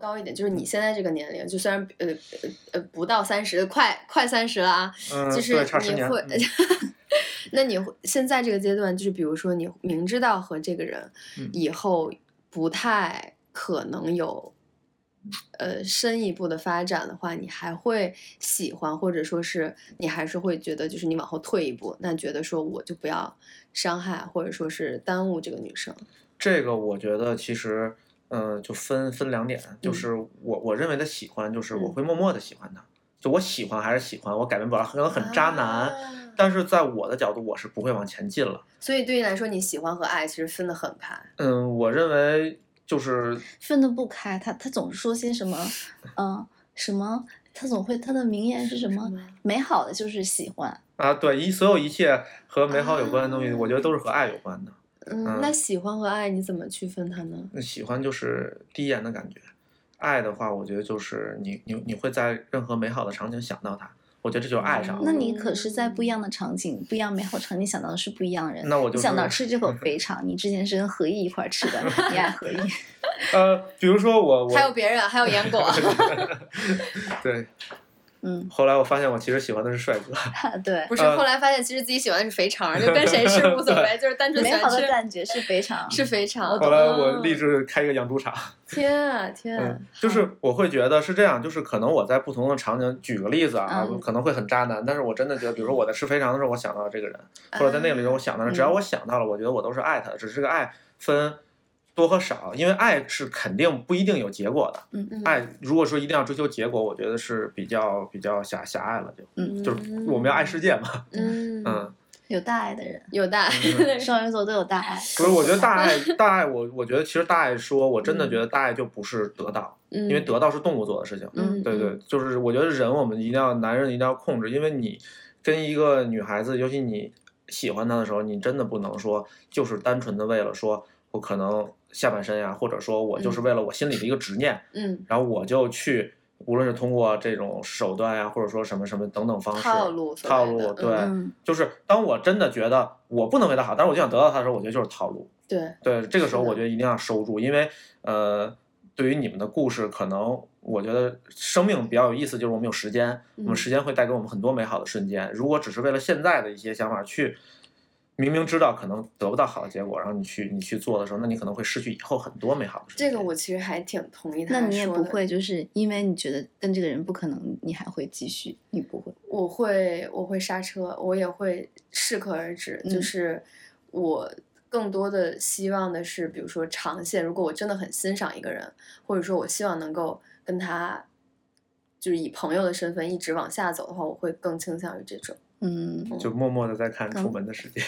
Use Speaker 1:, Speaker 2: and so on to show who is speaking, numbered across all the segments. Speaker 1: 高一点，就是你现在这个年龄，就虽然呃呃呃不到三十，快快三十了啊，
Speaker 2: 嗯，
Speaker 1: 就是
Speaker 2: 对，差十
Speaker 1: 你
Speaker 2: 年。
Speaker 1: 会，
Speaker 2: 嗯
Speaker 1: 那你会现在这个阶段，就是比如说你明知道和这个人
Speaker 2: 嗯
Speaker 1: 以后不太可能有呃深一步的发展的话，你还会喜欢，或者说是你还是会觉得，就是你往后退一步，那觉得说我就不要伤害或者说是耽误这个女生。
Speaker 2: 这个我觉得其实，嗯、就分分两点，就是我我认为的喜欢，就是我
Speaker 1: 嗯
Speaker 2: 会默默的喜欢他，就我喜欢还是喜欢，我改变不了，可能很渣男，
Speaker 1: 啊
Speaker 2: 但是在我的角度，我是不会往前进了。
Speaker 1: 所以对你来说，你喜欢和爱其实分得很开。
Speaker 2: 嗯，我认为就是
Speaker 3: 分得不开，他他总是说些什么，嗯、什么，他总会他的名言是什么？美好的就是喜欢，
Speaker 2: 啊，对一所有一切和美好有关的东西，
Speaker 1: 啊
Speaker 2: 我觉得都是和爱有关的。
Speaker 1: 嗯，
Speaker 2: 嗯
Speaker 1: 那喜欢和爱你怎么区分它呢？
Speaker 2: 那喜欢就是第一眼的感觉，爱的话，我觉得就是你你你会在任何美好的场景想到他，我觉得这就是爱上
Speaker 1: 嗯
Speaker 2: 了。
Speaker 3: 那你可是在不一样的场景、不一样美好场景想到的是不一样的人。
Speaker 2: 那我就
Speaker 3: 你想到
Speaker 2: 是
Speaker 3: 吃这口肥肠，你之前是跟何毅一块儿吃的，你爱何毅。
Speaker 2: 呃，比如说我我
Speaker 1: 还有别人，啊还有杨 果。
Speaker 2: 对，
Speaker 3: 嗯，
Speaker 2: 后来我发现我其实喜欢的是帅哥，
Speaker 3: 对，
Speaker 1: 不是，
Speaker 2: 呃
Speaker 1: 后来发现其实自己喜欢的是肥肠，就跟谁吃无所谓，就是单纯喜
Speaker 3: 美好
Speaker 1: 欢
Speaker 3: 的
Speaker 1: 吃
Speaker 3: 感觉是肥 肠。
Speaker 1: 是肥肠。
Speaker 2: 后来我
Speaker 1: 哦
Speaker 2: 立志开一个养猪场。
Speaker 1: 天啊天啊
Speaker 2: 嗯，，就是我会觉得是这样，就是可能我在不同的场景，举个例子啊，
Speaker 3: 嗯
Speaker 2: 可能会很渣男，但是我真的觉得，比如说我在吃肥肠的时候，我想到了这个人，或者在那个里面我想到了，只要我想到了，我觉得我都是爱他的，只是这个爱分多和少，因为爱是肯定不一定有结果的。
Speaker 1: 嗯
Speaker 2: 爱如果说一定要追求结果，我觉得是比较比较狭狭隘了，就
Speaker 3: 嗯
Speaker 2: 就是我们要爱世界嘛，
Speaker 1: 嗯
Speaker 2: 嗯，
Speaker 3: 有大爱的人，
Speaker 1: 有大
Speaker 2: 嗯
Speaker 3: 双鱼座都有大爱。
Speaker 2: 不是，我觉得大爱大爱，我我觉得其实大爱说，我真的
Speaker 1: 嗯
Speaker 2: 觉得大爱就不是得到，
Speaker 1: 因
Speaker 2: 嗯因为得到是动物做的事情。
Speaker 1: 嗯
Speaker 2: 对对，就是我觉得人我们一定要男人一定要控制，因为你跟一个女孩子，尤其你喜欢她的时候，你真的不能说就是单纯的为了说我可能下半身呀、或者说我就是为了我心里的一个执念，
Speaker 1: 嗯
Speaker 2: 然后我就去，无论是通过这种手段呀、或者说什么什么等等方式
Speaker 1: 套路所
Speaker 2: 套
Speaker 1: 谓的
Speaker 2: 路，
Speaker 1: 嗯
Speaker 2: 对，
Speaker 3: 嗯，
Speaker 2: 就是当我真的觉得我不能为她好，但是我就想得到她的时候，我觉得就是套路。
Speaker 1: 对
Speaker 2: 对，这个时候
Speaker 1: 是的
Speaker 2: 我觉得一定要收住，因为呃，对于你们的故事，可能我觉得生命比较有意思，就是我们有时间，
Speaker 1: 嗯
Speaker 2: 我们时间会带给我们很多美好的瞬间。如果只是为了现在的一些想法去，明明知道可能得不到好的结果，然后你去你去做的时候，那你可能会失去以后很多美好的瞬间。
Speaker 1: 这个我其实还挺同意他
Speaker 3: 那
Speaker 1: 说的。
Speaker 3: 你也不会就是因为你觉得跟这个人不可能，你还会继续？你不会？
Speaker 1: 我会我会刹车，我也会适可而止。就
Speaker 3: 嗯
Speaker 1: 是我更多的希望的是，比如说长线，如果我真的很欣赏一个人，或者说我希望能够跟他就是以朋友的身份一直往下走的话，我会更倾向于这种。
Speaker 3: 嗯，
Speaker 2: 就默默的在看《出门的世界》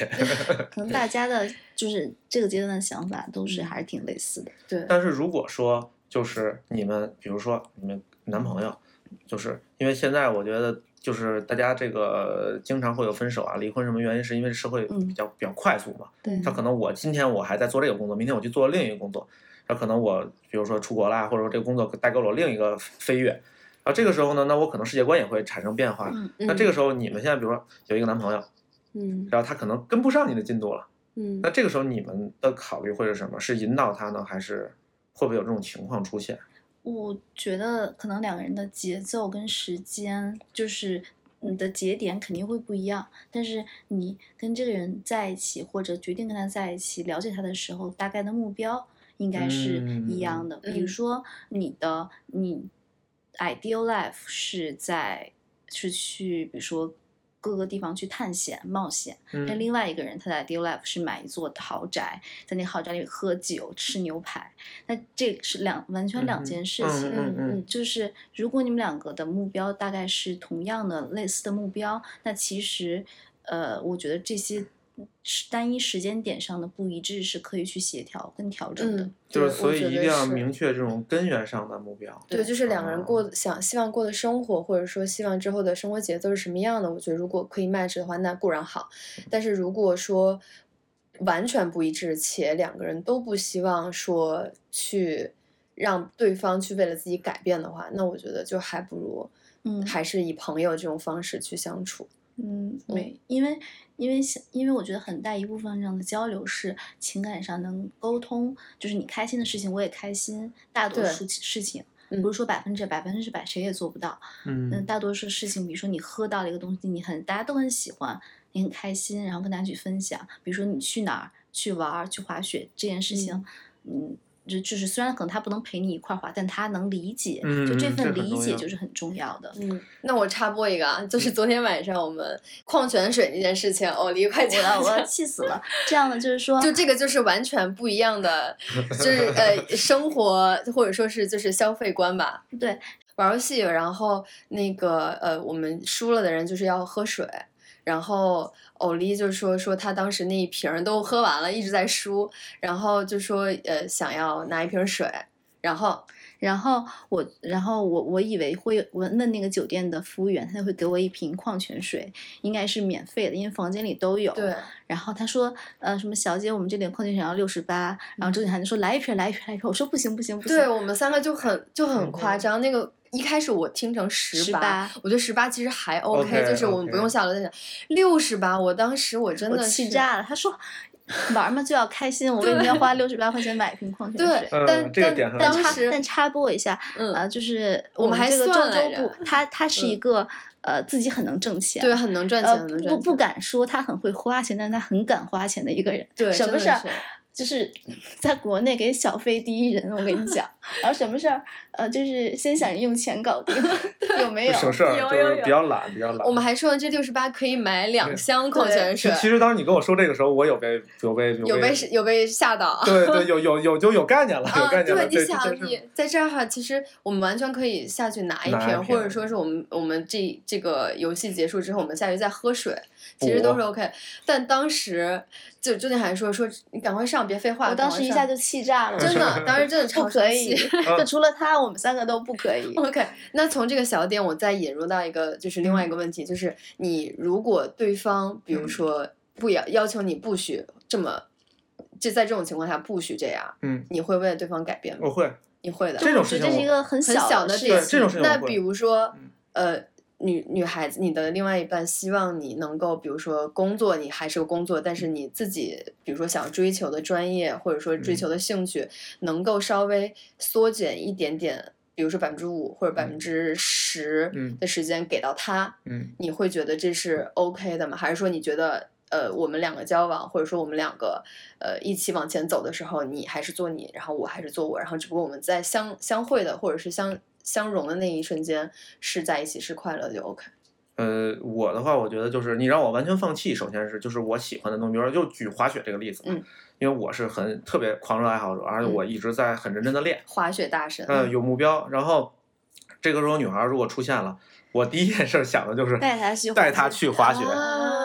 Speaker 3: 可能大家的就是这个阶段的想法都是还是挺类似的。
Speaker 1: 对，
Speaker 2: 但是如果说就是你们，比如说你们男朋友，就是因为现在我觉得就是大家这个经常会有分手啊、离婚什么原因，是因为社会
Speaker 3: 嗯
Speaker 2: 比较、比较快速嘛。
Speaker 3: 对
Speaker 2: 他可能我今天我还在做这个工作，明天我去做另一个工作，那可能我比如说出国啦，或者说这个工作带给我另一个飞跃。然后这个时候呢，那我可能世界观也会产生变化。
Speaker 3: 嗯
Speaker 2: 那这
Speaker 1: 个
Speaker 2: 个时候，你们现在比如说有一个男朋友，
Speaker 1: 嗯
Speaker 2: 然后他可能跟不上你的进度了，
Speaker 1: 嗯
Speaker 2: 那这个时候你们的考虑会是什么？是引导他呢，还是会不会有这种情况出现？
Speaker 3: 我觉得可能两个人的节奏跟时间，就是你的节点肯定会不一样。但是你跟这个人在一起，或者决定跟他在一起，了解他的时候，大概的目标应该是一样的。比
Speaker 1: 嗯
Speaker 3: 如说你的你 ideal life 是在是去，比如说各个地方去探险冒险。
Speaker 1: 哎
Speaker 3: 那
Speaker 2: 嗯，
Speaker 3: 另外一个人，他在 Deal Life 是买一座豪宅，在那豪宅里喝酒吃牛排，那这是两完全两件事情。
Speaker 2: 嗯嗯嗯
Speaker 3: 就是如果你们两个的目标大概是同样的类似的目标，那其实，呃，我觉得这些是单一时间点上的不一致是可以去协调跟调整的。
Speaker 1: 嗯，
Speaker 2: 就是
Speaker 1: 对
Speaker 2: 所
Speaker 1: 我
Speaker 2: 以
Speaker 1: 觉
Speaker 2: 一
Speaker 1: 得
Speaker 2: 定要
Speaker 1: 是嗯
Speaker 2: 明确这种根源上的目标。
Speaker 1: 对，就是两个人过
Speaker 2: 哦
Speaker 1: 的想希望过的生活，或者说希望之后的生活节奏是什么样的。我觉得如果可以 match 的话，那固然好。
Speaker 3: 嗯
Speaker 1: 但是如果说完全不一致，且两个人都不希望说去让对方去为了自己改变的话，那我觉得就还不如
Speaker 3: 嗯
Speaker 1: 还是以朋友这种方式去相处。
Speaker 3: 嗯，没，因为因为想，因为我觉得很大一部分上的交流是情感上能沟通，就是你开心的事情我也开心，大多
Speaker 1: 对
Speaker 3: 数其事情
Speaker 1: 嗯
Speaker 3: 不是说百分之百，百分之百谁也做不到。嗯，
Speaker 2: 嗯
Speaker 3: 大多数事情，比如说你喝到了一个东西，你很大家都很喜欢，你很开心，然后跟大家去分享。比如说你去哪儿去玩儿、去滑雪这件事情，嗯，就就是虽然可能他不能陪你一块儿滑，但他能理解，
Speaker 2: 嗯
Speaker 3: 就这
Speaker 2: 嗯
Speaker 3: 份
Speaker 2: 这很
Speaker 3: 理
Speaker 2: 重
Speaker 3: 解
Speaker 2: 要
Speaker 3: 就是很重要的。
Speaker 1: 嗯，那我插播一个啊，
Speaker 3: 嗯
Speaker 1: 就是昨天晚上我们矿泉水那件事情，哦，离 快
Speaker 3: 我
Speaker 1: 讲
Speaker 3: 要
Speaker 1: 一
Speaker 3: 我要
Speaker 1: 下。
Speaker 3: 气死了！这样的就是说，
Speaker 1: 就这个就是完全不一样的，就是呃生活或者说是就是消费观吧，
Speaker 3: 对，
Speaker 1: 玩游戏，然后那个呃，我们输了的人就是要喝水。然后欧丽就说说他当时那一瓶儿都喝完了，一直在输，然后就说呃想要拿一瓶水，然后
Speaker 3: 然后我，然后我，我以为会问问那个酒店的服务员，他会给我一瓶矿泉水，应该是免费的，因为房间里都有。。
Speaker 1: 对
Speaker 3: 然后他说，呃，什么小姐，我们这里的矿泉水要六十八。然后周景涵就说来一瓶，来一瓶，来一瓶。我说不行，不行，不
Speaker 1: 嗯
Speaker 3: 行。
Speaker 1: 对，我们三个就很就很
Speaker 2: 嗯
Speaker 1: 夸张。那个一开始我听成十八，
Speaker 3: 18
Speaker 1: 我觉得十八其实还 OK，,
Speaker 2: OK，
Speaker 1: 就是我们
Speaker 2: OK
Speaker 1: 不用下楼再想六十八。我当时我真
Speaker 3: 我
Speaker 1: 的
Speaker 3: 气
Speaker 1: 是
Speaker 3: 炸了。他说，玩嘛就要开心，我为什么要花六十八块钱买一瓶矿泉
Speaker 1: 对
Speaker 3: 水？，
Speaker 2: 嗯
Speaker 1: 但
Speaker 2: 这个
Speaker 1: 但
Speaker 2: 点很
Speaker 1: 当
Speaker 2: 好
Speaker 3: 但插
Speaker 1: 时
Speaker 3: 但插播一下，
Speaker 1: 嗯、
Speaker 3: 呃，就是
Speaker 1: 我们还
Speaker 3: 这个
Speaker 1: 算
Speaker 3: 郑
Speaker 1: 来
Speaker 3: 州
Speaker 1: 着
Speaker 3: 部，他他是一
Speaker 1: 嗯
Speaker 3: 个呃自己很能挣钱，
Speaker 1: 对很能赚钱，
Speaker 3: 呃，
Speaker 1: 很能
Speaker 3: 不
Speaker 1: 赚
Speaker 3: 不
Speaker 1: 钱，
Speaker 3: 敢说他很会花钱，但是他很敢花钱的一个人。
Speaker 1: 对
Speaker 3: 什
Speaker 1: 真
Speaker 3: 么
Speaker 1: 的
Speaker 3: 事儿
Speaker 1: 是
Speaker 3: 就是在国内给小费第一人，我跟你讲。 然后什么事儿，呃，就是先想着用钱 搞定，有没有？
Speaker 2: 省事儿，
Speaker 1: 有
Speaker 2: 就
Speaker 1: 有
Speaker 2: 是
Speaker 1: 有
Speaker 2: 比较懒，比较懒。
Speaker 1: 我们还说这六十八可以买两箱矿泉
Speaker 2: 其
Speaker 1: 水，
Speaker 2: 其实当时你跟我说这个时候，我有被有被
Speaker 1: 有被
Speaker 2: 被
Speaker 1: 有被吓到。
Speaker 2: 对对有有有就有概念了，有
Speaker 1: 啊，
Speaker 2: 概念了。
Speaker 1: 你
Speaker 2: 对，这
Speaker 1: 想
Speaker 2: 真是
Speaker 1: 你在这儿哈，其实我们完全可以下去拿一
Speaker 2: 拿一
Speaker 1: 瓶，
Speaker 2: 瓶
Speaker 1: 或者说是我们我们这这个游戏结束之后，我们下去再喝水，其实
Speaker 2: 补
Speaker 1: 都是 OK。但当时就周静涵说说你赶快上，别废话。
Speaker 3: 我当时一下
Speaker 1: 就
Speaker 3: 就气炸了，
Speaker 1: 真 的，当时真的超
Speaker 3: 不可以，
Speaker 1: 生气 哦
Speaker 3: 就除了他，我们三个都不可以。
Speaker 1: OK，那从这个小点，我再引入到一个就是另外一个问题，就是你如果对方比如说不要要求你不许这么，就在这种情况下不许这样，
Speaker 2: 嗯，
Speaker 1: 你会为了对方改变吗？
Speaker 2: 我会
Speaker 1: 你会的，
Speaker 2: 哦这种
Speaker 3: 我觉
Speaker 2: 事
Speaker 3: 得这
Speaker 2: 情
Speaker 3: 是一
Speaker 2: 我
Speaker 3: 个很
Speaker 1: 很
Speaker 3: 小
Speaker 1: 小的
Speaker 3: 事
Speaker 1: 点
Speaker 2: 对这种事情
Speaker 1: 那
Speaker 2: 我会
Speaker 1: 比如说
Speaker 2: 嗯，
Speaker 1: 呃，女女孩子，你的另外一半希望你能够，比如说工作，你还是个工作，但是你自己，比如说想追求的专业，或者说追求的
Speaker 2: 嗯
Speaker 1: 兴趣，能够稍微缩减一点点，比如说百分之五或者百分之十
Speaker 2: 嗯
Speaker 1: 的时间给到他，
Speaker 2: 嗯
Speaker 1: 你会觉得这是 OK 的吗？还是说你觉得？呃，我们两个交往，或者说我们两个呃一起往前走的时候，你还是做你，然后我还是做我，然后只不过我们在相相会的或者是相相融的那一瞬间是在一起是快乐的就 OK。
Speaker 2: 呃，我的话，我觉得就是你让我完全放弃，首先是就是我喜欢的东西，比如说就举滑雪这个例子，
Speaker 1: 嗯，
Speaker 2: 因为我是很特别狂热爱好者，而且我一直在很认真的练，
Speaker 1: 滑雪大神，
Speaker 2: 嗯，有目标。然后这个时候女孩如果出现了，我第一件事想的就是
Speaker 3: 带她去滑
Speaker 2: 带
Speaker 3: 雪
Speaker 2: 她去滑雪。
Speaker 1: 啊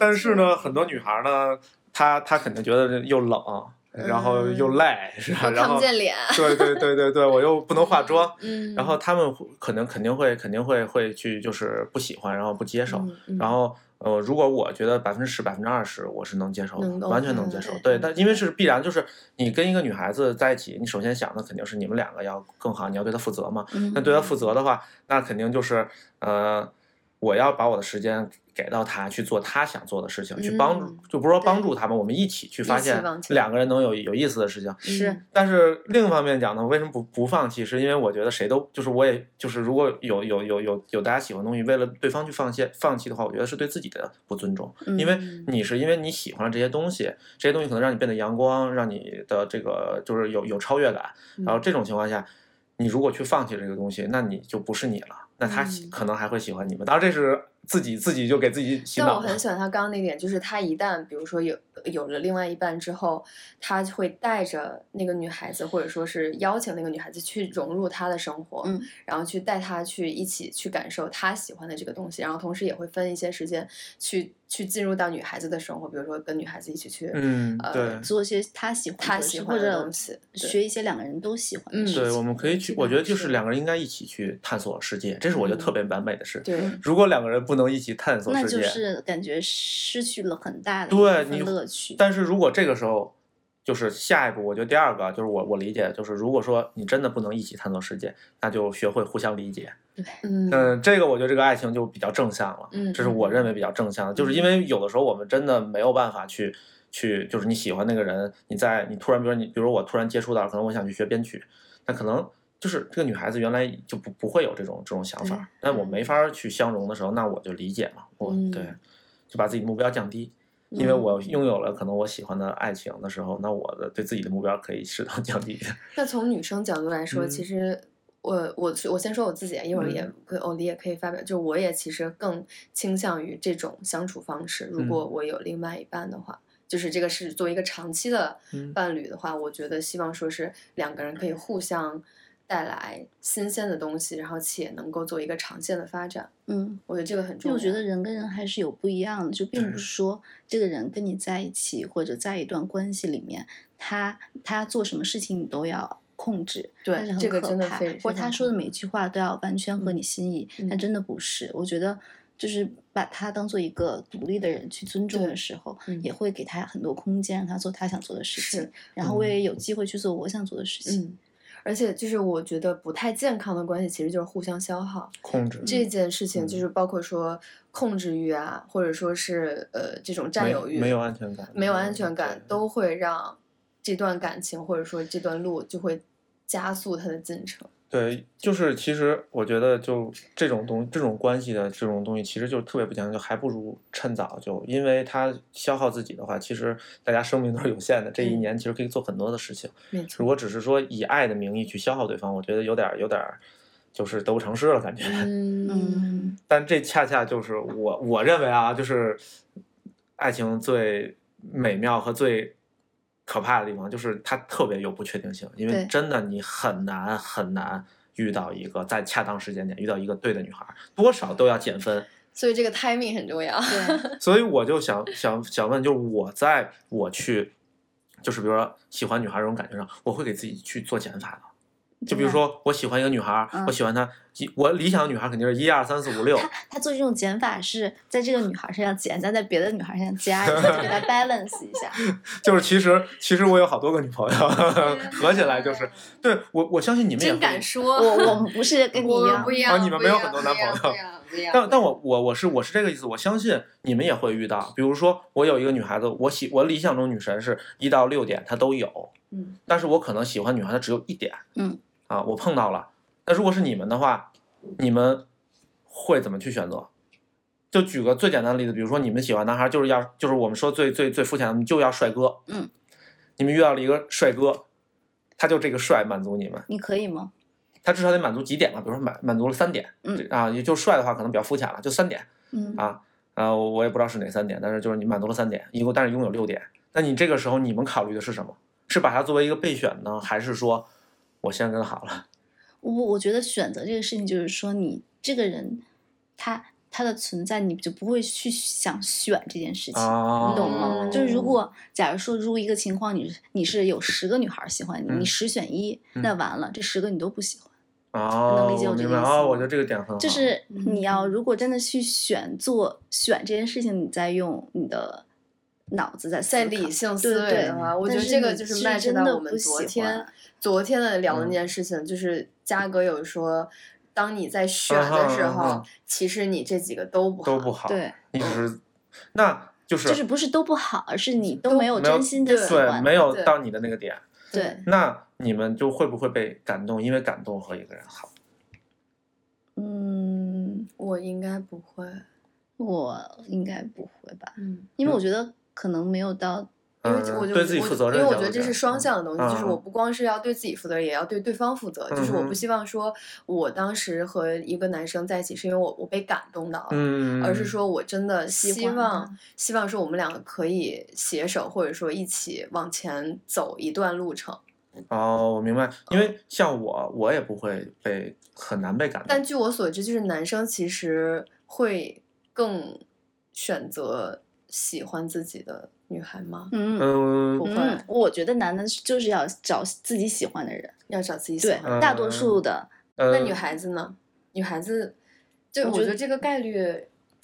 Speaker 2: 但是呢，很多女孩呢，她她肯定觉得又冷，然后又累，是吧？
Speaker 1: 我
Speaker 2: 然
Speaker 1: 看不
Speaker 2: 后
Speaker 1: 见脸，
Speaker 2: 对对对对对，我又不能化妆，
Speaker 1: 嗯，
Speaker 2: 然后他们会可能肯定会肯定会会去就是不喜欢，然后不接受。
Speaker 1: 嗯，嗯
Speaker 2: 然后呃，如果我觉得百分之十、百分之二十，我是能接受
Speaker 1: 能
Speaker 2: 的，
Speaker 1: 够
Speaker 2: 完全
Speaker 1: 看
Speaker 2: 能
Speaker 1: 得
Speaker 2: 接受
Speaker 1: 对。
Speaker 2: 对，
Speaker 1: 嗯
Speaker 2: 但因为是必然，就是你跟一个女孩子在一起，你首先想的肯定是你们两个要更好，你要对她负责嘛。
Speaker 3: 嗯
Speaker 2: 那对她负责的话，那肯定就是呃，我要把我的时间给到她去做她想做的事情，去帮助
Speaker 1: 嗯，
Speaker 2: 就不是说帮
Speaker 1: 对
Speaker 2: 助她们，我们一起去
Speaker 1: 一
Speaker 2: 发
Speaker 1: 起
Speaker 2: 现
Speaker 1: 往前
Speaker 2: 两个人能有有意思的事情。
Speaker 1: 是
Speaker 2: 但是另一方面讲呢，为什么不不放弃？是因为我觉得谁都就是我也就是如果有有有有有大家喜欢的东西，为了对方去放弃放弃的话，我觉得是对自己的不尊重。因为
Speaker 1: 嗯
Speaker 2: 你是因为你喜欢这些东西，这些东西可能让你变得阳光，让你的这个就是有有超越感。
Speaker 1: 嗯
Speaker 2: 然后这种情况下，你如果去放弃这个东西，那你就不是你了。那他喜
Speaker 1: 嗯
Speaker 2: 可能还会喜欢你们。当然这是自己自己就给自己洗
Speaker 1: 但
Speaker 2: 脑
Speaker 1: 我
Speaker 2: 了。
Speaker 1: 很喜欢他刚刚那点，就是他一旦比如说有有了另外一半之后，他就会带着那个女孩子，或者说是邀请那个女孩子去融入他的生活，
Speaker 3: 嗯，
Speaker 1: 然后去带她去一起去感受她喜欢的这个东西，然后同时也会分一些时间去去进入到女孩子的生活，比如说跟女孩子一起去、
Speaker 2: 嗯，
Speaker 1: 呃
Speaker 2: 对。
Speaker 3: 做一些他喜欢
Speaker 1: 她
Speaker 3: 的事
Speaker 1: 喜
Speaker 3: 或
Speaker 1: 欢的
Speaker 3: 者
Speaker 1: 东西，对
Speaker 3: 学一些两个人都喜欢的
Speaker 1: 嗯
Speaker 3: 事情。
Speaker 2: 对，我们可以去，我觉得就是
Speaker 1: 是
Speaker 2: 两个人应该一起去探索世界，这是我觉得特别完美的事。
Speaker 1: 对，
Speaker 2: 如果两个人不能一起探索
Speaker 3: 嗯那
Speaker 2: 世界，
Speaker 3: 就是感觉失去了很大的一
Speaker 2: 对
Speaker 3: 部
Speaker 2: 你
Speaker 3: 分乐趣。
Speaker 2: 但是如果这个时候，就是下一步，我觉得第二个就是我我理解，就是如果说你真的不能一起探索世界，那就学会互相理解。
Speaker 1: 嗯
Speaker 2: 嗯，这个我觉得这个爱情就比较正向了，
Speaker 1: 嗯
Speaker 2: 这是我认为比较正向的，就是因为有的时候我们真的没有办法去。去就是你喜欢那个人，你在你突然，比如说你，比如说我突然接触到，可能我想去学编曲，那可能就是这个女孩子原来就不不会有这种这种想
Speaker 1: 对
Speaker 2: 法，但我没法儿去相容的时候，那我就理解嘛，我
Speaker 1: 嗯
Speaker 2: 对，就把自己目标降低，因为
Speaker 1: 嗯
Speaker 2: 我拥有了可能我喜欢的爱情的时候，那我的对自己的目标可以适当 降低。
Speaker 1: 那从女生角度来说，
Speaker 2: 嗯
Speaker 1: 其实我我去我先说我自己，一会儿也
Speaker 2: 嗯
Speaker 1: 可欧丽也可以发表，就我也其实更倾向于这种相处方式。如
Speaker 2: 嗯
Speaker 1: 果我有另外一半的话，就是这个是作为一个长期的
Speaker 2: 嗯
Speaker 1: 伴侣的话，我觉得希望说是两个人可以互相带来新鲜的东西，然后且能够做一个长线的发展。
Speaker 3: 嗯，
Speaker 1: 我觉得这个很
Speaker 3: 因
Speaker 1: 重
Speaker 3: 为
Speaker 1: 要。
Speaker 3: 我觉得人跟人还是有不一样的，就并不
Speaker 2: 对
Speaker 3: 是说这个人跟你在一起或者在一段关系里面，他他做什么事情你都要控制，但
Speaker 1: 对
Speaker 3: 是很
Speaker 1: 这个
Speaker 3: 可
Speaker 1: 真的
Speaker 3: 怕
Speaker 1: 非嗯
Speaker 3: 或者他说的
Speaker 1: 每。
Speaker 3: 每一句话都要完全合你心意，
Speaker 1: 嗯
Speaker 3: 但真的不是。我觉得就是把他当做一个独立的人去尊重
Speaker 1: 对
Speaker 3: 的时候，
Speaker 1: 嗯
Speaker 3: 也会给他很多空间，让他做他想做的事
Speaker 1: 是
Speaker 3: 情，然后我也有机会去做我想做的事情。
Speaker 1: 嗯，而且就是我觉得不太健康的关系，其实就是互相消耗。
Speaker 2: 控制
Speaker 1: 这件事情就
Speaker 2: 嗯
Speaker 1: 是包括说控制欲啊，或者说是呃这种占
Speaker 2: 没
Speaker 1: 有欲，
Speaker 2: 没有安全感，
Speaker 1: 没有安全感，
Speaker 2: 对
Speaker 1: 都会让这段感情或者说这段路就会加速它的进程。
Speaker 2: 对，就是其实我觉得，就这种东这种关系的这种东西，其实就特别不健康，就还不如趁早就，因为它消耗自己的话，其实大家生命都是有限的，这一
Speaker 1: 嗯
Speaker 2: 年其实可以做很多的事情。
Speaker 1: 没
Speaker 2: 如
Speaker 1: 错，
Speaker 2: 果只是说以爱的名义去消耗对方，我觉得有点儿有点儿就是得不偿失了感觉。
Speaker 1: 嗯，
Speaker 2: 但这恰恰就是我我认为啊，就是爱情最美妙和最可怕的地方，就是它特别有不确定性，因为
Speaker 3: 对
Speaker 2: 真的你很难很难遇到一个在恰当时间点遇到一个对的女孩，多少都要减 分。
Speaker 1: 所以这个 timing 很重要。
Speaker 3: 对，
Speaker 2: 所以我就想想想问，就是我在我去，就是比如说喜欢女孩这种感觉上，我会给自己去做减法的。就比如说，我喜欢一个女孩儿，
Speaker 3: 嗯
Speaker 2: 我喜欢她，一我理想的女孩儿肯定是一二三四五六，
Speaker 3: 他他做这种减法是在这个女孩身上减，再在别的女孩身上加一下，就给他 balance 一下。
Speaker 2: 就是其实其实我有好多个女朋友， 合起来就是对我我相信你们也
Speaker 1: 真敢
Speaker 2: 会。啊
Speaker 1: 说，
Speaker 3: 我我们不是跟你一
Speaker 1: 我
Speaker 3: 样
Speaker 1: 不，一样，
Speaker 2: 你们
Speaker 1: 不
Speaker 2: 没有
Speaker 1: 一样
Speaker 2: 很多
Speaker 1: 不
Speaker 2: 男
Speaker 1: 一样
Speaker 2: 朋友
Speaker 1: 不一样不一样
Speaker 2: 但但我我我是我是这个意思，我相信你们也会遇到。比如说，我有一个女孩子，我喜我理想中女神是一到六点她都有，
Speaker 1: 嗯，
Speaker 2: 但是我可能喜欢女孩她只有一点，
Speaker 3: 嗯，
Speaker 2: 啊，我碰到了。那如果是你们的话，你们会怎么去选择？就举个最简单的例子，比如说你们喜欢男孩，就是要就是我们说最最最肤浅的，你就要帅哥，
Speaker 3: 嗯，
Speaker 2: 你们遇到了一个帅哥，他就这个帅满足你们。
Speaker 3: 你可以吗？
Speaker 2: 他至少得满足几点吧，比如说满满足了三点，
Speaker 3: 嗯
Speaker 2: 这啊，也就是帅的话可能比较肤浅了，就三点
Speaker 3: 嗯
Speaker 2: 啊啊，我我也不知道是哪三点，但是就是你满足了三点，一共但是一共有六点，那你这个时候你们考虑的是什么？是把它作为一个备选呢，还是说我先跟他好了？
Speaker 3: 我我觉得选择这个事情，就是说你这个人，他他的存在，你就不会去想选这件事情。
Speaker 2: 啊，
Speaker 3: 你懂吗？
Speaker 1: 哦
Speaker 3: 就是如果假如说，如果一个情况你是你是有十个女孩喜欢你，
Speaker 2: 嗯
Speaker 3: 你十选一，
Speaker 2: 嗯
Speaker 3: 那完了，这十个你都不喜欢。
Speaker 2: 哦，
Speaker 3: 能理解我这
Speaker 2: 明
Speaker 3: 个
Speaker 2: 白
Speaker 3: 意思
Speaker 2: 哦，
Speaker 3: 吗
Speaker 2: 我觉得这个点很好，
Speaker 3: 就是你要
Speaker 1: 嗯
Speaker 3: 如果真的去选做选这件事情，你再用你的脑子在思
Speaker 1: 在
Speaker 3: 考
Speaker 1: 理性
Speaker 3: 对
Speaker 1: 思维
Speaker 3: 对
Speaker 1: 的话，我觉
Speaker 3: 但
Speaker 1: 得
Speaker 3: 是
Speaker 1: 这个
Speaker 3: 你
Speaker 1: 就是是 match
Speaker 3: 真
Speaker 1: 到
Speaker 3: 的
Speaker 1: 我们
Speaker 3: 不
Speaker 1: 昨
Speaker 3: 喜
Speaker 1: 天
Speaker 3: 欢
Speaker 1: 昨天的聊的那
Speaker 2: 嗯
Speaker 1: 件事情，就是嘉哥有说，当你在选
Speaker 2: 啊哈
Speaker 1: 的时
Speaker 2: 啊
Speaker 1: 候，
Speaker 2: 哈
Speaker 1: 其实你这几个都不好，
Speaker 2: 都不好，
Speaker 3: 对，
Speaker 2: 你只是那就是
Speaker 3: 就是不是都不好，而是你都没有
Speaker 2: 没有
Speaker 3: 真心的喜
Speaker 2: 对，
Speaker 3: 欢。
Speaker 2: 没有
Speaker 1: 对
Speaker 2: 到你的那个点，
Speaker 3: 对，
Speaker 2: 那你们就会不会被感动？因为感动和一个人好，
Speaker 3: 嗯，
Speaker 1: 我应该不会，
Speaker 3: 我应该不会吧，
Speaker 1: 嗯，
Speaker 3: 因为我觉得可能没有到
Speaker 1: 因为
Speaker 2: 嗯
Speaker 1: 我就
Speaker 2: 对自己
Speaker 1: 我
Speaker 2: 负责任
Speaker 1: 因
Speaker 2: 的角度讲，
Speaker 1: 为我觉得这是双向的东西，就是
Speaker 2: 嗯
Speaker 1: 我不光是要对自己负责，也要对对方负责，就是我
Speaker 2: 嗯
Speaker 1: 不
Speaker 2: 哼
Speaker 1: 希望说我当时和一个男生在一起是因为我我被感动到了，
Speaker 2: 嗯，
Speaker 1: 而是说我真的
Speaker 3: 喜
Speaker 1: 希
Speaker 3: 欢
Speaker 1: 望嗯
Speaker 3: 他
Speaker 1: 希望说我们两个可以携手，或者说一起往前走一段路程。
Speaker 2: 哦，我明白，因为像我，我也不会被很难被感
Speaker 1: 但
Speaker 2: 动。
Speaker 1: 据我所知，就是男生其实会更选择喜欢自己的女孩吗？
Speaker 3: 嗯。
Speaker 2: 嗯
Speaker 1: 不会
Speaker 3: 嗯，我觉得男的就是要找自己喜欢的人，
Speaker 1: 要找自己喜
Speaker 3: 对
Speaker 1: 欢。，
Speaker 2: 嗯
Speaker 3: 大多数的，
Speaker 2: 呃，
Speaker 1: 那女孩子呢？女孩子，就
Speaker 3: 我
Speaker 1: 我
Speaker 3: 觉
Speaker 1: 觉
Speaker 3: 得
Speaker 1: 得这个概率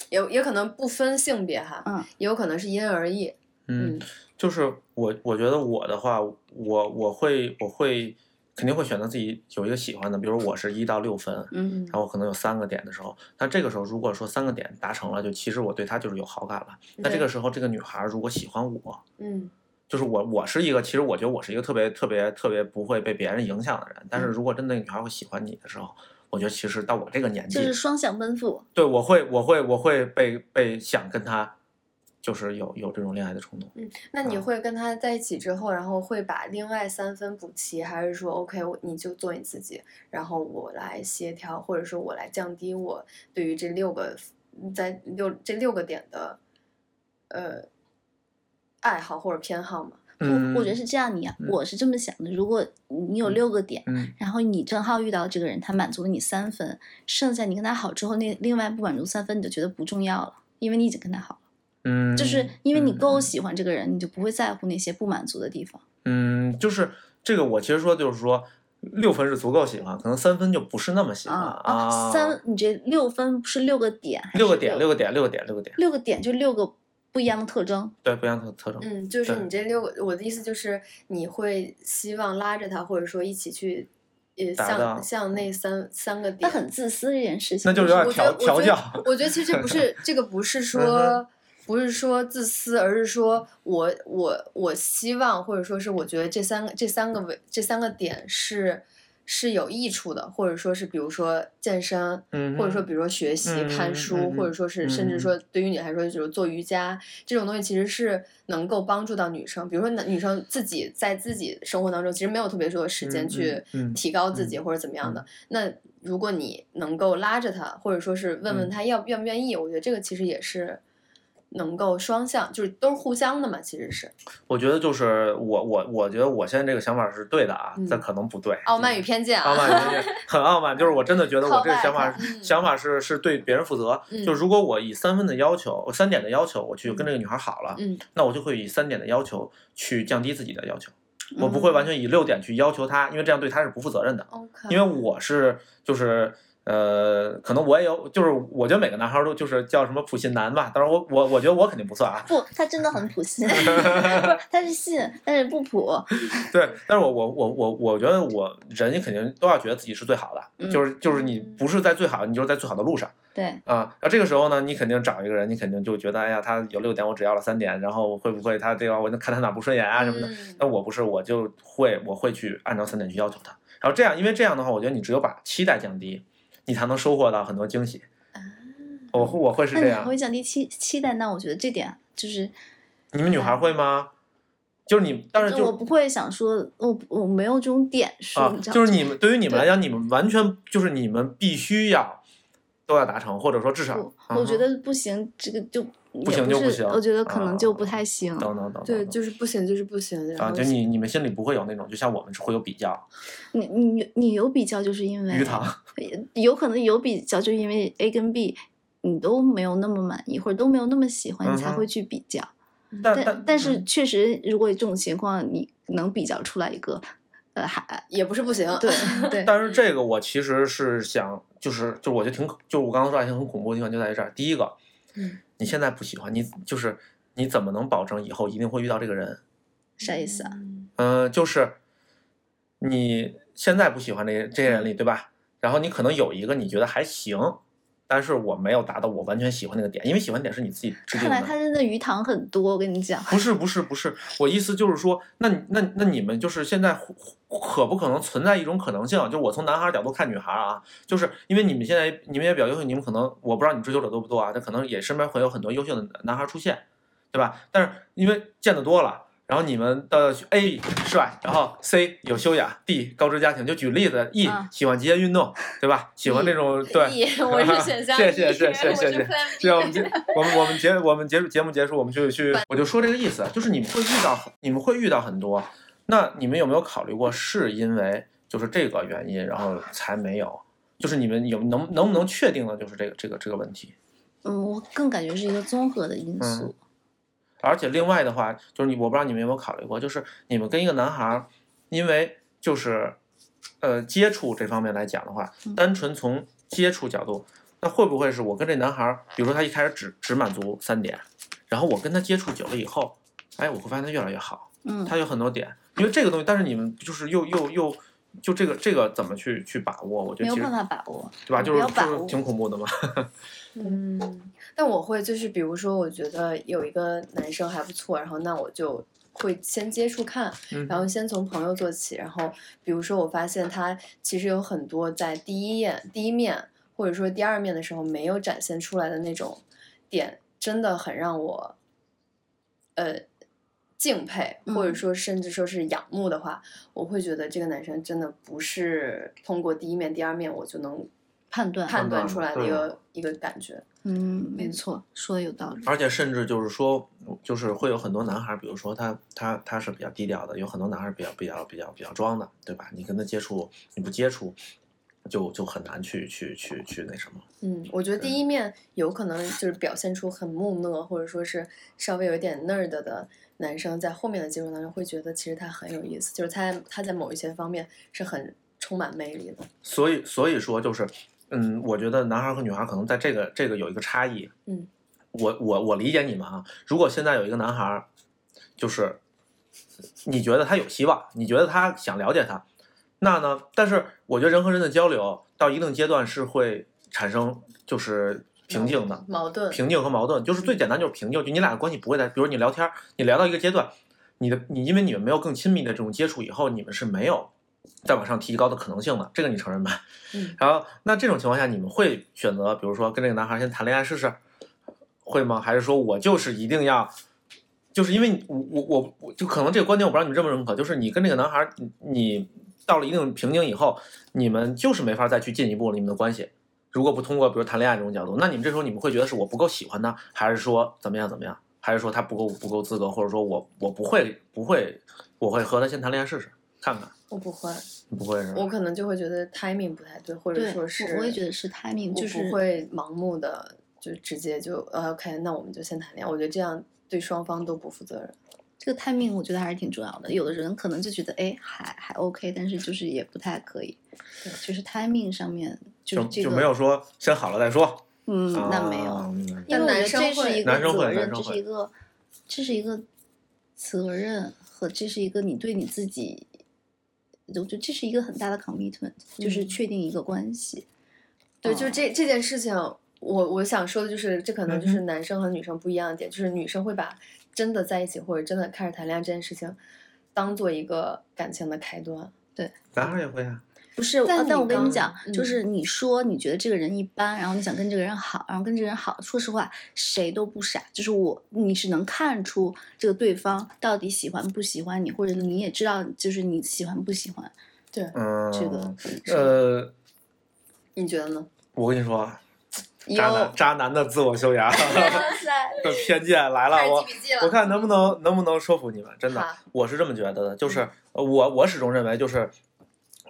Speaker 1: 也也可能不分性别哈，
Speaker 3: 嗯，
Speaker 1: 也有可能是因人而异。
Speaker 2: 嗯，就是我，我觉得我的话，我我会我会肯定会选择自己有一个喜欢的，比如我是一到六分，
Speaker 3: 嗯，
Speaker 2: 然后我可能有三个点的时候，那这个时候如果说三个点达成了，就其实我对她就是有好感了。那这
Speaker 1: 对
Speaker 2: 个时候，这个女孩儿如果喜欢我，
Speaker 1: 嗯，
Speaker 2: 就是我我是一个，其实我觉得我是一个特别特别特别不会被别人影响的人。但是如果真的女孩会喜欢你的时候，我觉得其实到我这个年纪，
Speaker 3: 就是双向奔赴。
Speaker 2: 对我会我会我会被被想跟她，就是有有这种恋爱的冲动。
Speaker 1: 嗯，那你
Speaker 2: 啊
Speaker 1: 会跟他在一起之后，然后会把另外三分补齐，还是说 OK，我你就做你自己，然后我来协调，或者说我来降低我对于这六个在六这六个点的呃爱好或者偏好嘛？
Speaker 2: 嗯，
Speaker 3: 我我觉得是这样，你、
Speaker 2: 嗯
Speaker 3: 我是这么想的，如果你有六个点，
Speaker 2: 嗯
Speaker 3: 然后你正好遇到这个人，他满足了你三分，剩下你跟他好之后，那另外不满足三分，你就觉得不重要了，因为你已经跟他好了，
Speaker 2: 嗯，
Speaker 3: 就是因为你够
Speaker 2: 嗯
Speaker 3: 喜欢这个人，你就不会在乎那些不满足的地方。
Speaker 2: 嗯，就是这个，我其实说就是说，六分是足够喜欢，可能三分就不是那么喜欢
Speaker 3: 啊啊，三，你这六分是六个点还是
Speaker 2: 六个点，六个点，六个点，六个点，
Speaker 3: 六个点就六个不一样的特征。
Speaker 2: 对，不一样的特征。
Speaker 1: 嗯，就是
Speaker 2: 对
Speaker 1: 你这六个，我的意思就是你会希望拉着他，或者说一起去呃
Speaker 2: 达到
Speaker 1: 向
Speaker 2: 嗯
Speaker 1: 向那三三个
Speaker 3: 那
Speaker 1: 点。
Speaker 3: 很自私这件事情，
Speaker 2: 那就是有点
Speaker 1: 我觉
Speaker 2: 调
Speaker 1: 得，
Speaker 2: 调
Speaker 1: 我觉
Speaker 2: 教
Speaker 1: 得，我觉得其实这不是这个不是
Speaker 2: 嗯
Speaker 1: 说不是说自私，而是说我我我希望或者说是我觉得这三个这三个维这三个点是是有益处的，或者说是比如说健身，
Speaker 2: 嗯哼，
Speaker 1: 或者说比如说学习、
Speaker 2: 嗯嗯
Speaker 1: 看书，
Speaker 2: 嗯
Speaker 1: 或
Speaker 2: 嗯
Speaker 1: 者说是甚
Speaker 2: 嗯
Speaker 1: 至说对于你来说就是做瑜伽这种东西，其实是能够帮助到女生。比如说男女生自己在自己生活当中，其实没有特别多的时
Speaker 2: 嗯
Speaker 1: 间去
Speaker 2: 嗯嗯
Speaker 1: 提高自己
Speaker 2: 嗯
Speaker 1: 或者怎么样的。那如果你能够拉着他，或者说是问问
Speaker 2: 嗯
Speaker 1: 他要愿不愿意，我觉得这个其实也是能够双向，就是都是互相的嘛，其实是
Speaker 2: 我觉得就是我我我觉得我现在这个想法是对的啊
Speaker 1: 嗯，
Speaker 2: 但可能不对。
Speaker 1: 傲慢与偏见
Speaker 2: 傲
Speaker 1: 啊。
Speaker 2: 慢有点很傲慢，就是我真的觉得我这个想法
Speaker 3: Callback，
Speaker 1: 嗯
Speaker 2: 想法是是对别人负责。
Speaker 1: 嗯
Speaker 2: 就如果我以三分的要求，三点的要求，我去跟这个女孩好了，
Speaker 1: 嗯
Speaker 2: 那我就会以三点的要求去降低自己的要求，我不会
Speaker 1: 嗯
Speaker 2: 完全以六点去要求她，因为这样对她是不负责任的。
Speaker 1: ，OK，嗯
Speaker 2: 因为我是就是呃，可能我也有，就是我觉得每个男孩儿都就是叫什么普信男吧，当然我我我觉得我肯定不算啊，
Speaker 3: 不，他真的很普信，不是他是信，但是不普。
Speaker 2: 对，但是我我我我我觉得我人肯定都要觉得自己是最好的，
Speaker 3: 嗯
Speaker 2: 就是就是你不是在最好，你就是在最好的路上
Speaker 3: 对，
Speaker 2: 啊。那这个时候呢，你肯定找一个人，你肯定就觉得哎呀，他有六点，我只要了三点，然后会不会他这个我能看他哪不顺眼啊什么的？
Speaker 1: 嗯
Speaker 2: 那我不是，我就会我会去按照三点去要求他，然后这样，因为这样的话，我觉得你只有把期待降低，你才能收获到很多惊喜。
Speaker 3: 啊
Speaker 2: 我会我会是
Speaker 3: 那
Speaker 2: 这
Speaker 3: 你还
Speaker 2: 样
Speaker 3: 会，降低期期待？那我觉得这点啊就是，
Speaker 2: 你们女孩会吗？就是你，但是
Speaker 3: 就我
Speaker 2: 就
Speaker 3: 不会想说，我我没有这种点数，
Speaker 2: 啊
Speaker 3: 你，知道
Speaker 2: 就是
Speaker 3: 吗
Speaker 2: 你们对于你们
Speaker 3: 对
Speaker 2: 来讲，你们完全就是你们必须要都要达成，或者说至少
Speaker 3: 我
Speaker 2: 嗯
Speaker 3: 我觉
Speaker 2: 哼
Speaker 3: 得不行，这个就不
Speaker 2: 行就不行
Speaker 3: 我觉得可能就
Speaker 2: 啊
Speaker 3: 不太行。
Speaker 2: 等等等，
Speaker 1: 对，
Speaker 2: 等
Speaker 1: 就是不行，就是不行。然
Speaker 2: 啊，
Speaker 1: 后
Speaker 2: 就你你们心里不会有那种，就像我们是会有比较
Speaker 3: 你你你有比较，就是因为
Speaker 2: 鱼塘，
Speaker 3: 有可能有比较，就因为 A 跟 B 你都没有那么满意，或者都没有那么喜欢，你才
Speaker 2: 嗯哼
Speaker 3: 会去比较。
Speaker 2: 但
Speaker 3: 嗯但
Speaker 2: 但嗯
Speaker 3: 但是确实，如果这种情况，你能比较出来一个，呃，还
Speaker 1: 也不是不行，
Speaker 3: 对对，
Speaker 2: 但是这个我其实是想，就是就是我觉得挺，就是我刚刚说爱情很恐怖的地方就在于这儿。第一个，
Speaker 1: 嗯
Speaker 2: 你现在不喜欢你，就是你怎么能保证以后一定会遇到这个人？
Speaker 3: 啥意思啊？
Speaker 1: 嗯
Speaker 2: 嗯、就是你现在不喜欢这这些人里，对吧？然后你可能有一个你觉得还行，但是我没有达到我完全喜欢那个点，因为喜欢点是你自己制定
Speaker 3: 看来他
Speaker 2: 的。
Speaker 3: 真的鱼塘很多，我跟你 讲，
Speaker 2: 不是不是不是，我意思就是说，那你那那你们就是现在可不可能存在一种可能性？啊就我从男孩儿角度看女孩儿啊，就是因为你们现在你们也比较优秀，你们可能我不知道你追求者多不多啊，但可能也身边会有很多优秀的男孩儿出现，对吧？但是因为见得多了，然后你们的 A 帅，然后 C 有修养，D 高知家庭，就举例子，E
Speaker 3: 嗯
Speaker 2: 喜欢极限运动，对吧？喜欢这种对。
Speaker 1: E，我是选项
Speaker 2: 谢
Speaker 1: E，
Speaker 2: 谢谢谢
Speaker 1: 我
Speaker 2: 谢
Speaker 1: 是
Speaker 2: 谢
Speaker 1: Plan，
Speaker 2: 这样我们结我们我们结我们结束节目结束，我们去去我就说这个意思，就是你们会遇到你们会遇到很多，那你们有没有考虑过是因为就是这个原因，然后才没有？就是你们有能能不能确定的就是这个这个这个问题？
Speaker 3: 嗯，我更感觉是一个综合的
Speaker 2: 嗯
Speaker 3: 因素。
Speaker 2: 而且另外的话，就是你我不知道你们有没有考虑过，就是你们跟一个男孩儿，因为就是呃接触这方面来讲的话
Speaker 3: 嗯，
Speaker 2: 单纯从接触角度，那会不会是我跟这男孩儿，比如说他一开始只只满足三点，然后我跟他接触久了以后，哎，我会发现他越来越好，
Speaker 3: 嗯，
Speaker 2: 他有很多点，因为这个东西，但是你们就是又又又就这个这个怎么去去把握？我觉得
Speaker 3: 没有
Speaker 2: 其实
Speaker 3: 办法把握。
Speaker 2: 对吧，
Speaker 3: 你
Speaker 2: 就
Speaker 3: 不
Speaker 2: 是
Speaker 3: 要把
Speaker 2: 就是
Speaker 3: 握
Speaker 2: 挺恐怖的嘛。
Speaker 1: 嗯，但我会就是比如说，我觉得有一个男生还不错，然后那我就会先接触看，
Speaker 2: 嗯
Speaker 1: 然后先从朋友做起，然后比如说我发现他其实有很多在第一眼、第一面或者说第二面的时候没有展现出来的那种点，真的很让我，呃，敬佩，或者
Speaker 3: 嗯
Speaker 1: 说甚至说是仰慕的话，我会觉得这个男生真的不是通过第一面、第二面我就能
Speaker 3: 判断，
Speaker 1: 判断
Speaker 2: 断
Speaker 1: 出
Speaker 2: 的
Speaker 1: 来的
Speaker 2: 对
Speaker 1: 一个一个感觉。
Speaker 3: 嗯，没错，说的有道理，
Speaker 2: 而且甚至就是说，就是会有很多男孩儿，比如说他他他是比较低调的，有很多男孩儿比较比较比较比较装的，对吧？你跟他接触，你不接触，就就很难去去去去那什么。
Speaker 1: 嗯，我觉得第一面有可能就是表现出很木讷，或者说是稍微有一点 nerd 的男生，在后面的接触当中会觉得其实他很有意思，就是他他在某一些方面是很充满魅力的。
Speaker 2: 所以所以说就是，嗯，我觉得男孩儿和女孩儿可能在这个这个有一个差异。
Speaker 1: 嗯，
Speaker 2: 我我我理解你们啊。如果现在有一个男孩儿，就是你觉得他有希望，你觉得他想了解他，那呢？但是我觉得人和人的交流到一定阶段是会产生就是瓶颈的，
Speaker 1: 矛盾，
Speaker 2: 瓶颈和矛盾，就是最简单就是瓶颈，就你俩的关系不会在，比如你聊天儿，你聊到一个阶段，你的你因为你们没有更亲密的这种接触以后，你们是没有再往上提高的可能性的，这个你承认吧？
Speaker 1: 嗯，
Speaker 2: 然后那这种情况下，你们会选择比如说跟这个男孩先谈恋爱试试，会吗？还是说我就是一定要？就是因为你我我我我就可能这个观点我不知道你们认不认可，就是你跟这个男孩儿，你你到了一定瓶颈以后，你们就是没法再去进一步了，你们的关系。如果不通过比如谈恋爱这种角度，那你们这时候你们会觉得是我不够喜欢他，还是说怎么样怎么样，还是说他不够不够资格，或者说我我不会不会，我会和他先谈恋爱试试看看，
Speaker 1: 我不会，
Speaker 2: 不会是吧？
Speaker 1: 我可能就会觉得 timing 不太对，或者
Speaker 3: 对，
Speaker 1: 说是
Speaker 3: 我我也觉得是 timing，
Speaker 1: 我
Speaker 3: 就是
Speaker 1: 不会盲目的就直接就呃 OK，那我们就先谈恋爱，我觉得这样对双方都不负责任。
Speaker 3: 这个 timing 我觉得还是挺重要的。有的人可能就觉得，哎，还还 OK，但是就是也不太可以。对，就是 timing 上面就
Speaker 2: 就是
Speaker 3: 这个，
Speaker 2: 就没有说先好了再说。
Speaker 3: 嗯，那没
Speaker 2: 啊
Speaker 3: 有，
Speaker 2: 嗯
Speaker 3: 因
Speaker 1: 但
Speaker 3: 为我
Speaker 1: 男
Speaker 3: 觉得
Speaker 1: 生
Speaker 3: 这是
Speaker 1: 会
Speaker 3: 一个
Speaker 2: 男生会
Speaker 3: 责任，
Speaker 2: 男
Speaker 3: 这
Speaker 2: 生
Speaker 3: 是一个，这是一个责任和这是一个你对你自己，我觉得这是一个很大的 commitment，、就是
Speaker 1: 嗯
Speaker 3: 确定一个关系。
Speaker 1: 对，
Speaker 3: 嗯
Speaker 1: 就这这件事情，我我想说的就是，这可能就
Speaker 2: 嗯
Speaker 1: 是男生和女生不一样的点，就是女生会把真的在一起或者真的开始谈恋爱这件事情，当做一个感情的开端。
Speaker 2: 男孩儿也会啊，
Speaker 1: 不是，
Speaker 3: 但
Speaker 1: 啊
Speaker 3: 呃但我跟
Speaker 1: 刚
Speaker 3: 你讲，就
Speaker 1: 嗯
Speaker 3: 是你说你觉得这个人一般，然后你想跟这个人好，然后跟这个人好，说实话，谁都不傻，就是我，你是能看出这个对方到底喜欢不喜欢你，或者你也知道就是你喜欢不喜欢
Speaker 1: 对，
Speaker 2: 嗯，
Speaker 3: 这个。
Speaker 2: 呃，
Speaker 1: 你觉得 呢？
Speaker 2: 我跟你说啊，
Speaker 1: 有
Speaker 2: 渣男渣男的自我修养 的
Speaker 1: 塞，
Speaker 2: 偏见来了，我
Speaker 1: 笔记
Speaker 2: 我看能不能能不能说服你们，真的
Speaker 1: 好，
Speaker 2: 我是这么觉得的，就是呃我我始终认为就是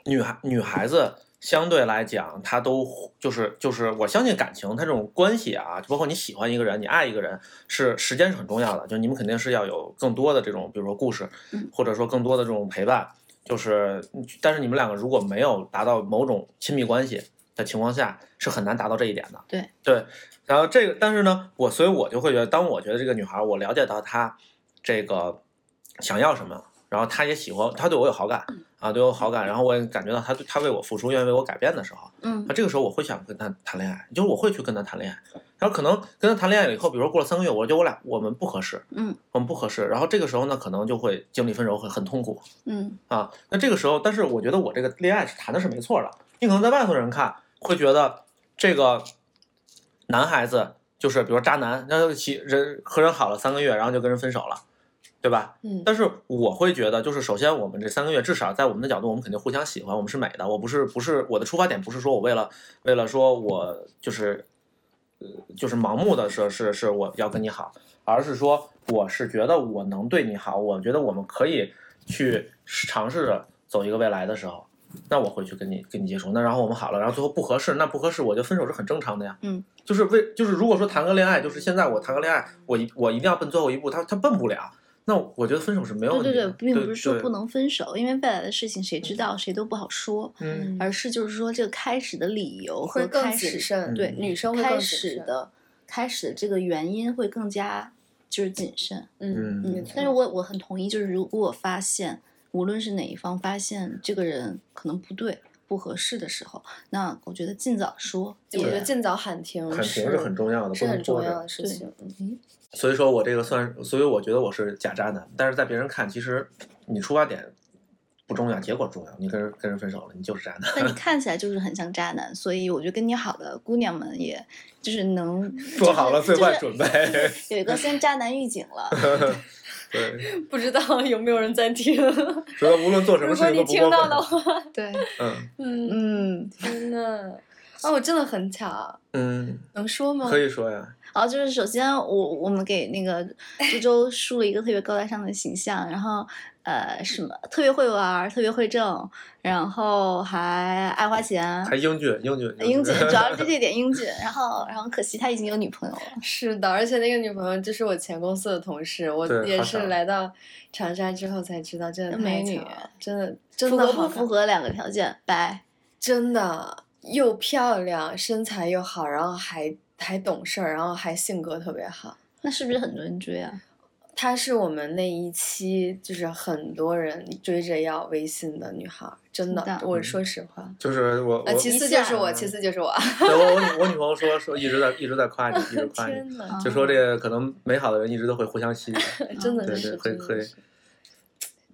Speaker 2: 女孩女孩子。相对来讲，她都就是就是，我相信感情，它这种关系啊，包括你喜欢一个人，你爱一个人，是时间是很重要的。就你们肯定是要有更多的这种，比如说故事
Speaker 3: 嗯，
Speaker 2: 或者说更多的这种陪伴。就是，嗯但是你们两个如果没有达到某种亲密关系的情况下，是很难达到这一点的。
Speaker 3: 对
Speaker 2: 对，然后这个，但是呢，我所以我就会觉得，当我觉得这个女孩，我了解到她这个想要什么，然后她也喜欢，她对我有好感
Speaker 3: 嗯
Speaker 2: 啊，对我有好感，然后我也感觉到她对她为我付出，愿意为我改变的时候，
Speaker 3: 嗯
Speaker 2: 那这个时候我会想跟她谈恋爱，就是我会去跟她谈恋爱，然后可能跟她谈恋爱了以后，比如说过了三个月，我觉得我俩我们不合适，
Speaker 3: 嗯
Speaker 2: 我们不合适，然后这个时候呢，可能就会经历分手，会很痛苦，
Speaker 3: 嗯，
Speaker 2: 啊，那这个时候，但是我觉得我这个恋爱是谈的是没错的。你可能在外头人看会觉得这个男孩子就是，比如渣男，那就其人和人好了三个月，然后就跟人分手了，对吧？
Speaker 1: 嗯，
Speaker 2: 但是我会觉得，就是首先我们这三个月，至少在我们的角度，我们肯定互相喜欢，我们是美的。我不是不是我的出发点不是说我为了为了说我就是呃就是盲目的说是是我要跟你好，而是说我是觉得我能对你好，我觉得我们可以去尝试着走一个未来的时候，那我会去跟你跟你接触。那然后我们好了，然后最后不合适，那不合适，我觉得分手是很正常的呀。
Speaker 3: 嗯，
Speaker 2: 就是为就是如果说谈个恋爱，就是现在我谈个恋爱，我一我一定要奔最后一步，他他奔不了。那我觉得分手是没有
Speaker 3: 对
Speaker 2: 问
Speaker 3: 对
Speaker 2: 题的，
Speaker 3: 对，并不是说
Speaker 2: 对
Speaker 3: 不，能分手，因为未来的事情谁知道，谁都不好说，
Speaker 2: 嗯，
Speaker 1: 嗯
Speaker 3: 而是就是说这个开始的理由
Speaker 1: 会
Speaker 3: 和
Speaker 1: 更
Speaker 3: 开
Speaker 1: 谨
Speaker 3: 始
Speaker 1: 慎，
Speaker 2: 嗯
Speaker 3: 对
Speaker 1: 女生会
Speaker 3: 开
Speaker 1: 更谨
Speaker 3: 始
Speaker 1: 慎，
Speaker 3: 的开始的这个原因会更加就是谨慎。
Speaker 1: 嗯
Speaker 2: 嗯
Speaker 1: 没
Speaker 3: 嗯，但是
Speaker 1: 错
Speaker 3: 我我很同意，就是如果我发现，无论是哪一方发现这个人可能不对，不合适的时候，那我觉得尽早说。
Speaker 1: 我觉得尽早喊
Speaker 3: 嗯
Speaker 1: 停
Speaker 2: 啊喊停
Speaker 1: 是
Speaker 2: 是很重要的，
Speaker 1: 是
Speaker 2: 不能
Speaker 1: 很重
Speaker 2: 拖
Speaker 1: 要
Speaker 2: 着。
Speaker 1: 的事
Speaker 3: 对
Speaker 1: 情。嗯
Speaker 3: 嗯
Speaker 2: 所以说我这个算，所以我觉得我是假渣男，但是在别人看，其实你出发点不重要，结果重要。你跟人跟人分手了，你就是渣 男。
Speaker 3: 但你看起来就是很像渣男，所以我觉得跟你好的姑娘们，也就是能
Speaker 2: 做好了最坏
Speaker 3: 就是
Speaker 2: 准备
Speaker 3: 有一个先渣男预警了。
Speaker 2: 对，
Speaker 1: 不知道 有没有人在 听？如
Speaker 2: 觉得无论做什么事
Speaker 1: 果
Speaker 2: 情
Speaker 1: 你
Speaker 2: 都
Speaker 1: 听
Speaker 2: 不
Speaker 1: 到的
Speaker 2: 过分。
Speaker 1: 话，
Speaker 3: 对，
Speaker 2: 嗯
Speaker 1: 嗯，
Speaker 3: 嗯，
Speaker 1: 天呐，啊，我真的很巧，
Speaker 2: 嗯，
Speaker 1: 能说吗？
Speaker 2: 可以说呀，
Speaker 3: 然后就是首先我我们给那个苏州树了一个特别高大上的形象，然后呃什么特别会玩儿，特别会挣，然后还爱花钱。
Speaker 2: 还英俊，英俊，
Speaker 3: 英俊，主要是这点英俊。然后，然后可惜他已经有女朋友了。
Speaker 1: 是的，而且那个女朋友就是我前公司的同事，我
Speaker 2: 对
Speaker 1: 也
Speaker 2: 好
Speaker 1: 是
Speaker 2: 巧啊
Speaker 1: 来到长沙之后才知道，真的
Speaker 3: 美
Speaker 1: 太
Speaker 3: 女
Speaker 1: 巧了，真的真
Speaker 3: 符
Speaker 1: 的
Speaker 3: 合
Speaker 1: 好
Speaker 3: 不
Speaker 1: 看
Speaker 3: 符合两个条件？拜。
Speaker 1: 真的又漂亮，身材又好，然后还还懂事儿，然后还性格特别好。
Speaker 3: 那是不是很多人追啊？
Speaker 1: 她是我们那一期就是很多人追着要微信的女孩儿，真的，
Speaker 3: 真的
Speaker 1: 我说实话。
Speaker 2: 就是嗯我嗯
Speaker 1: 啊，
Speaker 2: 我
Speaker 1: 其次就是我，其次就是我。
Speaker 2: 对我我 女我女朋友说说一直在一直在夸你，一直 夸你，
Speaker 1: 呐
Speaker 3: 嗯
Speaker 2: 就说这个可能美好的人一直都会互相吸引。
Speaker 1: 真的
Speaker 2: 对
Speaker 1: 是
Speaker 2: 对，会
Speaker 1: 真的
Speaker 2: 会
Speaker 1: 是。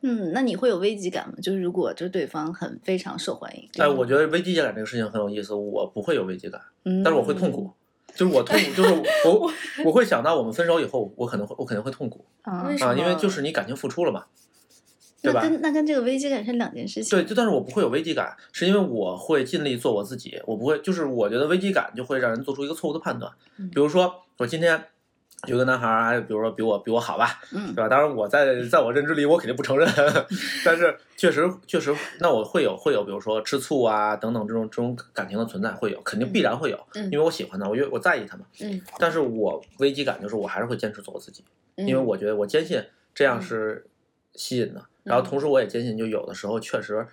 Speaker 3: 嗯，那你会有危机感吗？就是如果就是对方很非常受欢迎，
Speaker 2: 哎，
Speaker 1: 嗯
Speaker 2: 我觉得危机感这个事情很有意思，我不会有危机感，
Speaker 3: 嗯，
Speaker 2: 但是我会痛苦。就是我痛苦，就是 我我我会想到我们分手以后，我可能会我肯定会痛苦
Speaker 3: 啊。
Speaker 1: 为什
Speaker 2: 啊，
Speaker 1: 么
Speaker 2: 因为就是你感情付出了嘛，对
Speaker 3: 那
Speaker 2: 吧？
Speaker 3: 跟那跟这个危机感是两件事情。
Speaker 2: 对，就但是我不会有危机感，是因为我会尽力做我自己，我不会就是我觉得危机感就会让人做出一个错误的判断，
Speaker 3: 嗯
Speaker 2: 比如说我今天。有个男孩儿，哎，比如说比我比我好吧，
Speaker 3: 嗯
Speaker 2: 对，吧？当然，我在在我认知里，我肯定不承认， 但是确实确实，那我会有会有，比如说吃醋啊等等这种这种感情的存在，会有，肯定必然会有，
Speaker 1: 嗯
Speaker 2: 因为我喜欢他，我越我在意他嘛。
Speaker 1: 嗯，
Speaker 2: 但是我危机感就是我还是会坚持做我自己，
Speaker 1: 因
Speaker 2: 因为我觉得我坚信
Speaker 1: 嗯
Speaker 2: 这样是吸引的，然后同时我也坚信，就有的时候确实，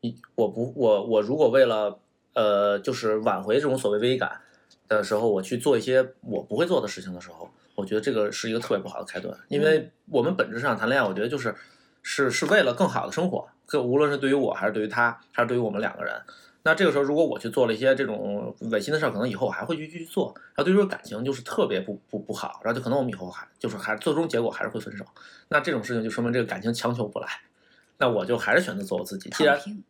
Speaker 2: 你我不我我如果为了呃就是挽回这种所谓危机感的时候，我去做一些我不会做的事情的时候，我觉得这个是一个特别不好的开端，因为我们本质上谈恋爱，我觉得就是是是为了更好的生活，更无论是对于我还是对于他，还是对于我们两个人。那这个时候，如果我去做了一些这种违心的事儿，可能以后我还会去继续做，然后对于这个感情就是特别不不不好，然后就可能我们以后还就是还最终结果还是会分手。那这种事情就说明这个感情强求不来，那我就还是选择做我自己。既然
Speaker 3: 躺平。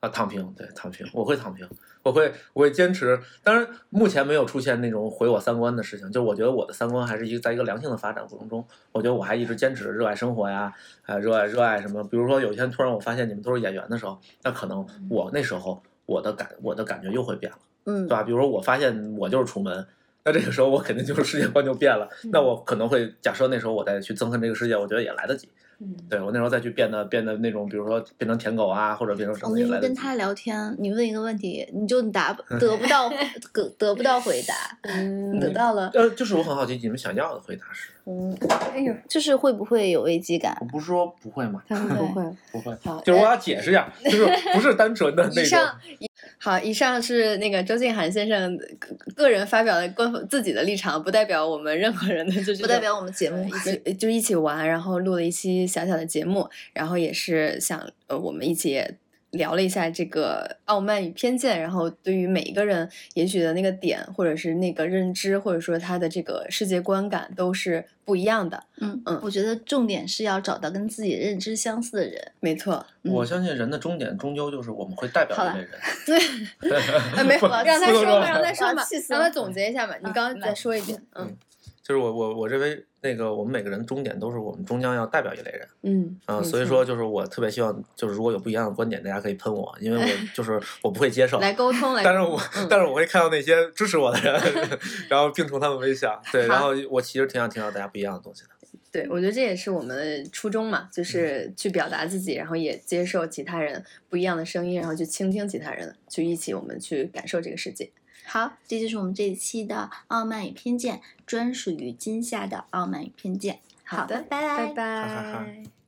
Speaker 2: 啊，躺平，对，躺平，我会躺平，我会我会坚持。当然，目前没有出现那种毁我三观的事情，就是我觉得我的三观还是一个在一个良性的发展过程中，我觉得我还一直坚持热爱生活呀，啊、热爱热爱什么？比如说有一天突然我发现你们都是演员的时候，那可能我那时候我的感我的感觉又会变了，
Speaker 3: 嗯
Speaker 2: 对，吧？比如说我发现我就是楚门。那这个时候我肯定就是世界观就变了，
Speaker 3: 嗯
Speaker 2: 那我可能会假设那时候我再去憎恨这个世界，我觉得也来得及。
Speaker 1: 嗯
Speaker 2: 对我那时候再去变得变得那种，比如说变成舔狗啊，或者变成什
Speaker 3: 我
Speaker 2: 么
Speaker 3: 跟
Speaker 2: 也
Speaker 3: 你说，
Speaker 2: 来得
Speaker 3: 哦跟
Speaker 2: 及。
Speaker 3: 他聊天，你问一个问题，你就答不得 不到得得不到回 答，你得
Speaker 1: 嗯，
Speaker 3: 到了，
Speaker 2: 呃，就是我很好奇你们想要的回答是，
Speaker 3: 嗯，
Speaker 1: 哎呦，
Speaker 3: 就是会不会有危机
Speaker 2: 我
Speaker 3: 感？
Speaker 2: 不是说不会吗？
Speaker 1: 他们不会。
Speaker 2: 不会，
Speaker 1: 好，
Speaker 2: 就是我要解释一下，就是不是单纯 的那
Speaker 1: 以上
Speaker 2: 种，
Speaker 1: 好，以上是那个周静涵先生个个人发表的官自己的立场，不代表我们任何人的，就是
Speaker 3: 不代表我们节目一起。
Speaker 1: 就一起玩，然后录了一期小小的节目，然后也是想呃我们一起也聊了一下这个傲慢与偏见，然后对于每一个人也许的那个点，或者是那个认知，或者说他的这个世界观感都是不一样的。
Speaker 3: 嗯
Speaker 1: 嗯
Speaker 3: 我觉得重点是要找到跟自己认知相似的人。
Speaker 1: 没 错，
Speaker 3: 嗯
Speaker 2: 我相信人的终点终究就是我们会代表
Speaker 3: 好
Speaker 2: 这
Speaker 3: 了
Speaker 2: 类人。
Speaker 1: 哎， 没有， 让他说吧，让他说吧
Speaker 3: 啊气，死
Speaker 1: 让
Speaker 3: 了
Speaker 1: 他总结一下吧。你
Speaker 3: 啊
Speaker 1: 刚刚再
Speaker 3: 来
Speaker 1: 说一遍，嗯
Speaker 2: 嗯就是我我我认为那个我们每个人终点都是我们终将要代表一类人
Speaker 1: 嗯
Speaker 2: 啊、
Speaker 1: 没
Speaker 2: 所以
Speaker 1: 错
Speaker 2: 说就是我特别希望就是如果有不一样的观点，大家可以喷我，因 为我就是我不会接受。
Speaker 1: 来沟通来沟通。
Speaker 2: 但是我、
Speaker 1: 嗯
Speaker 2: 但是我会看到那些支持我的人， 然后并从他们微笑。对，然
Speaker 1: 好
Speaker 2: 后我其实挺想听到大家不一样的东西的。
Speaker 1: 对，我觉得这也是我们的初衷嘛，
Speaker 2: 嗯
Speaker 1: 就是去表达自己，然后也接受其他人不一样的声音，然后去倾听其他人，去一起我们去感受这个世界。
Speaker 3: 好，这就是我们这一期的《傲慢与偏见》，专属于今夏的《傲慢与偏见》。
Speaker 1: 好的
Speaker 3: 拜拜
Speaker 1: 拜
Speaker 2: 哈哈
Speaker 1: 拜。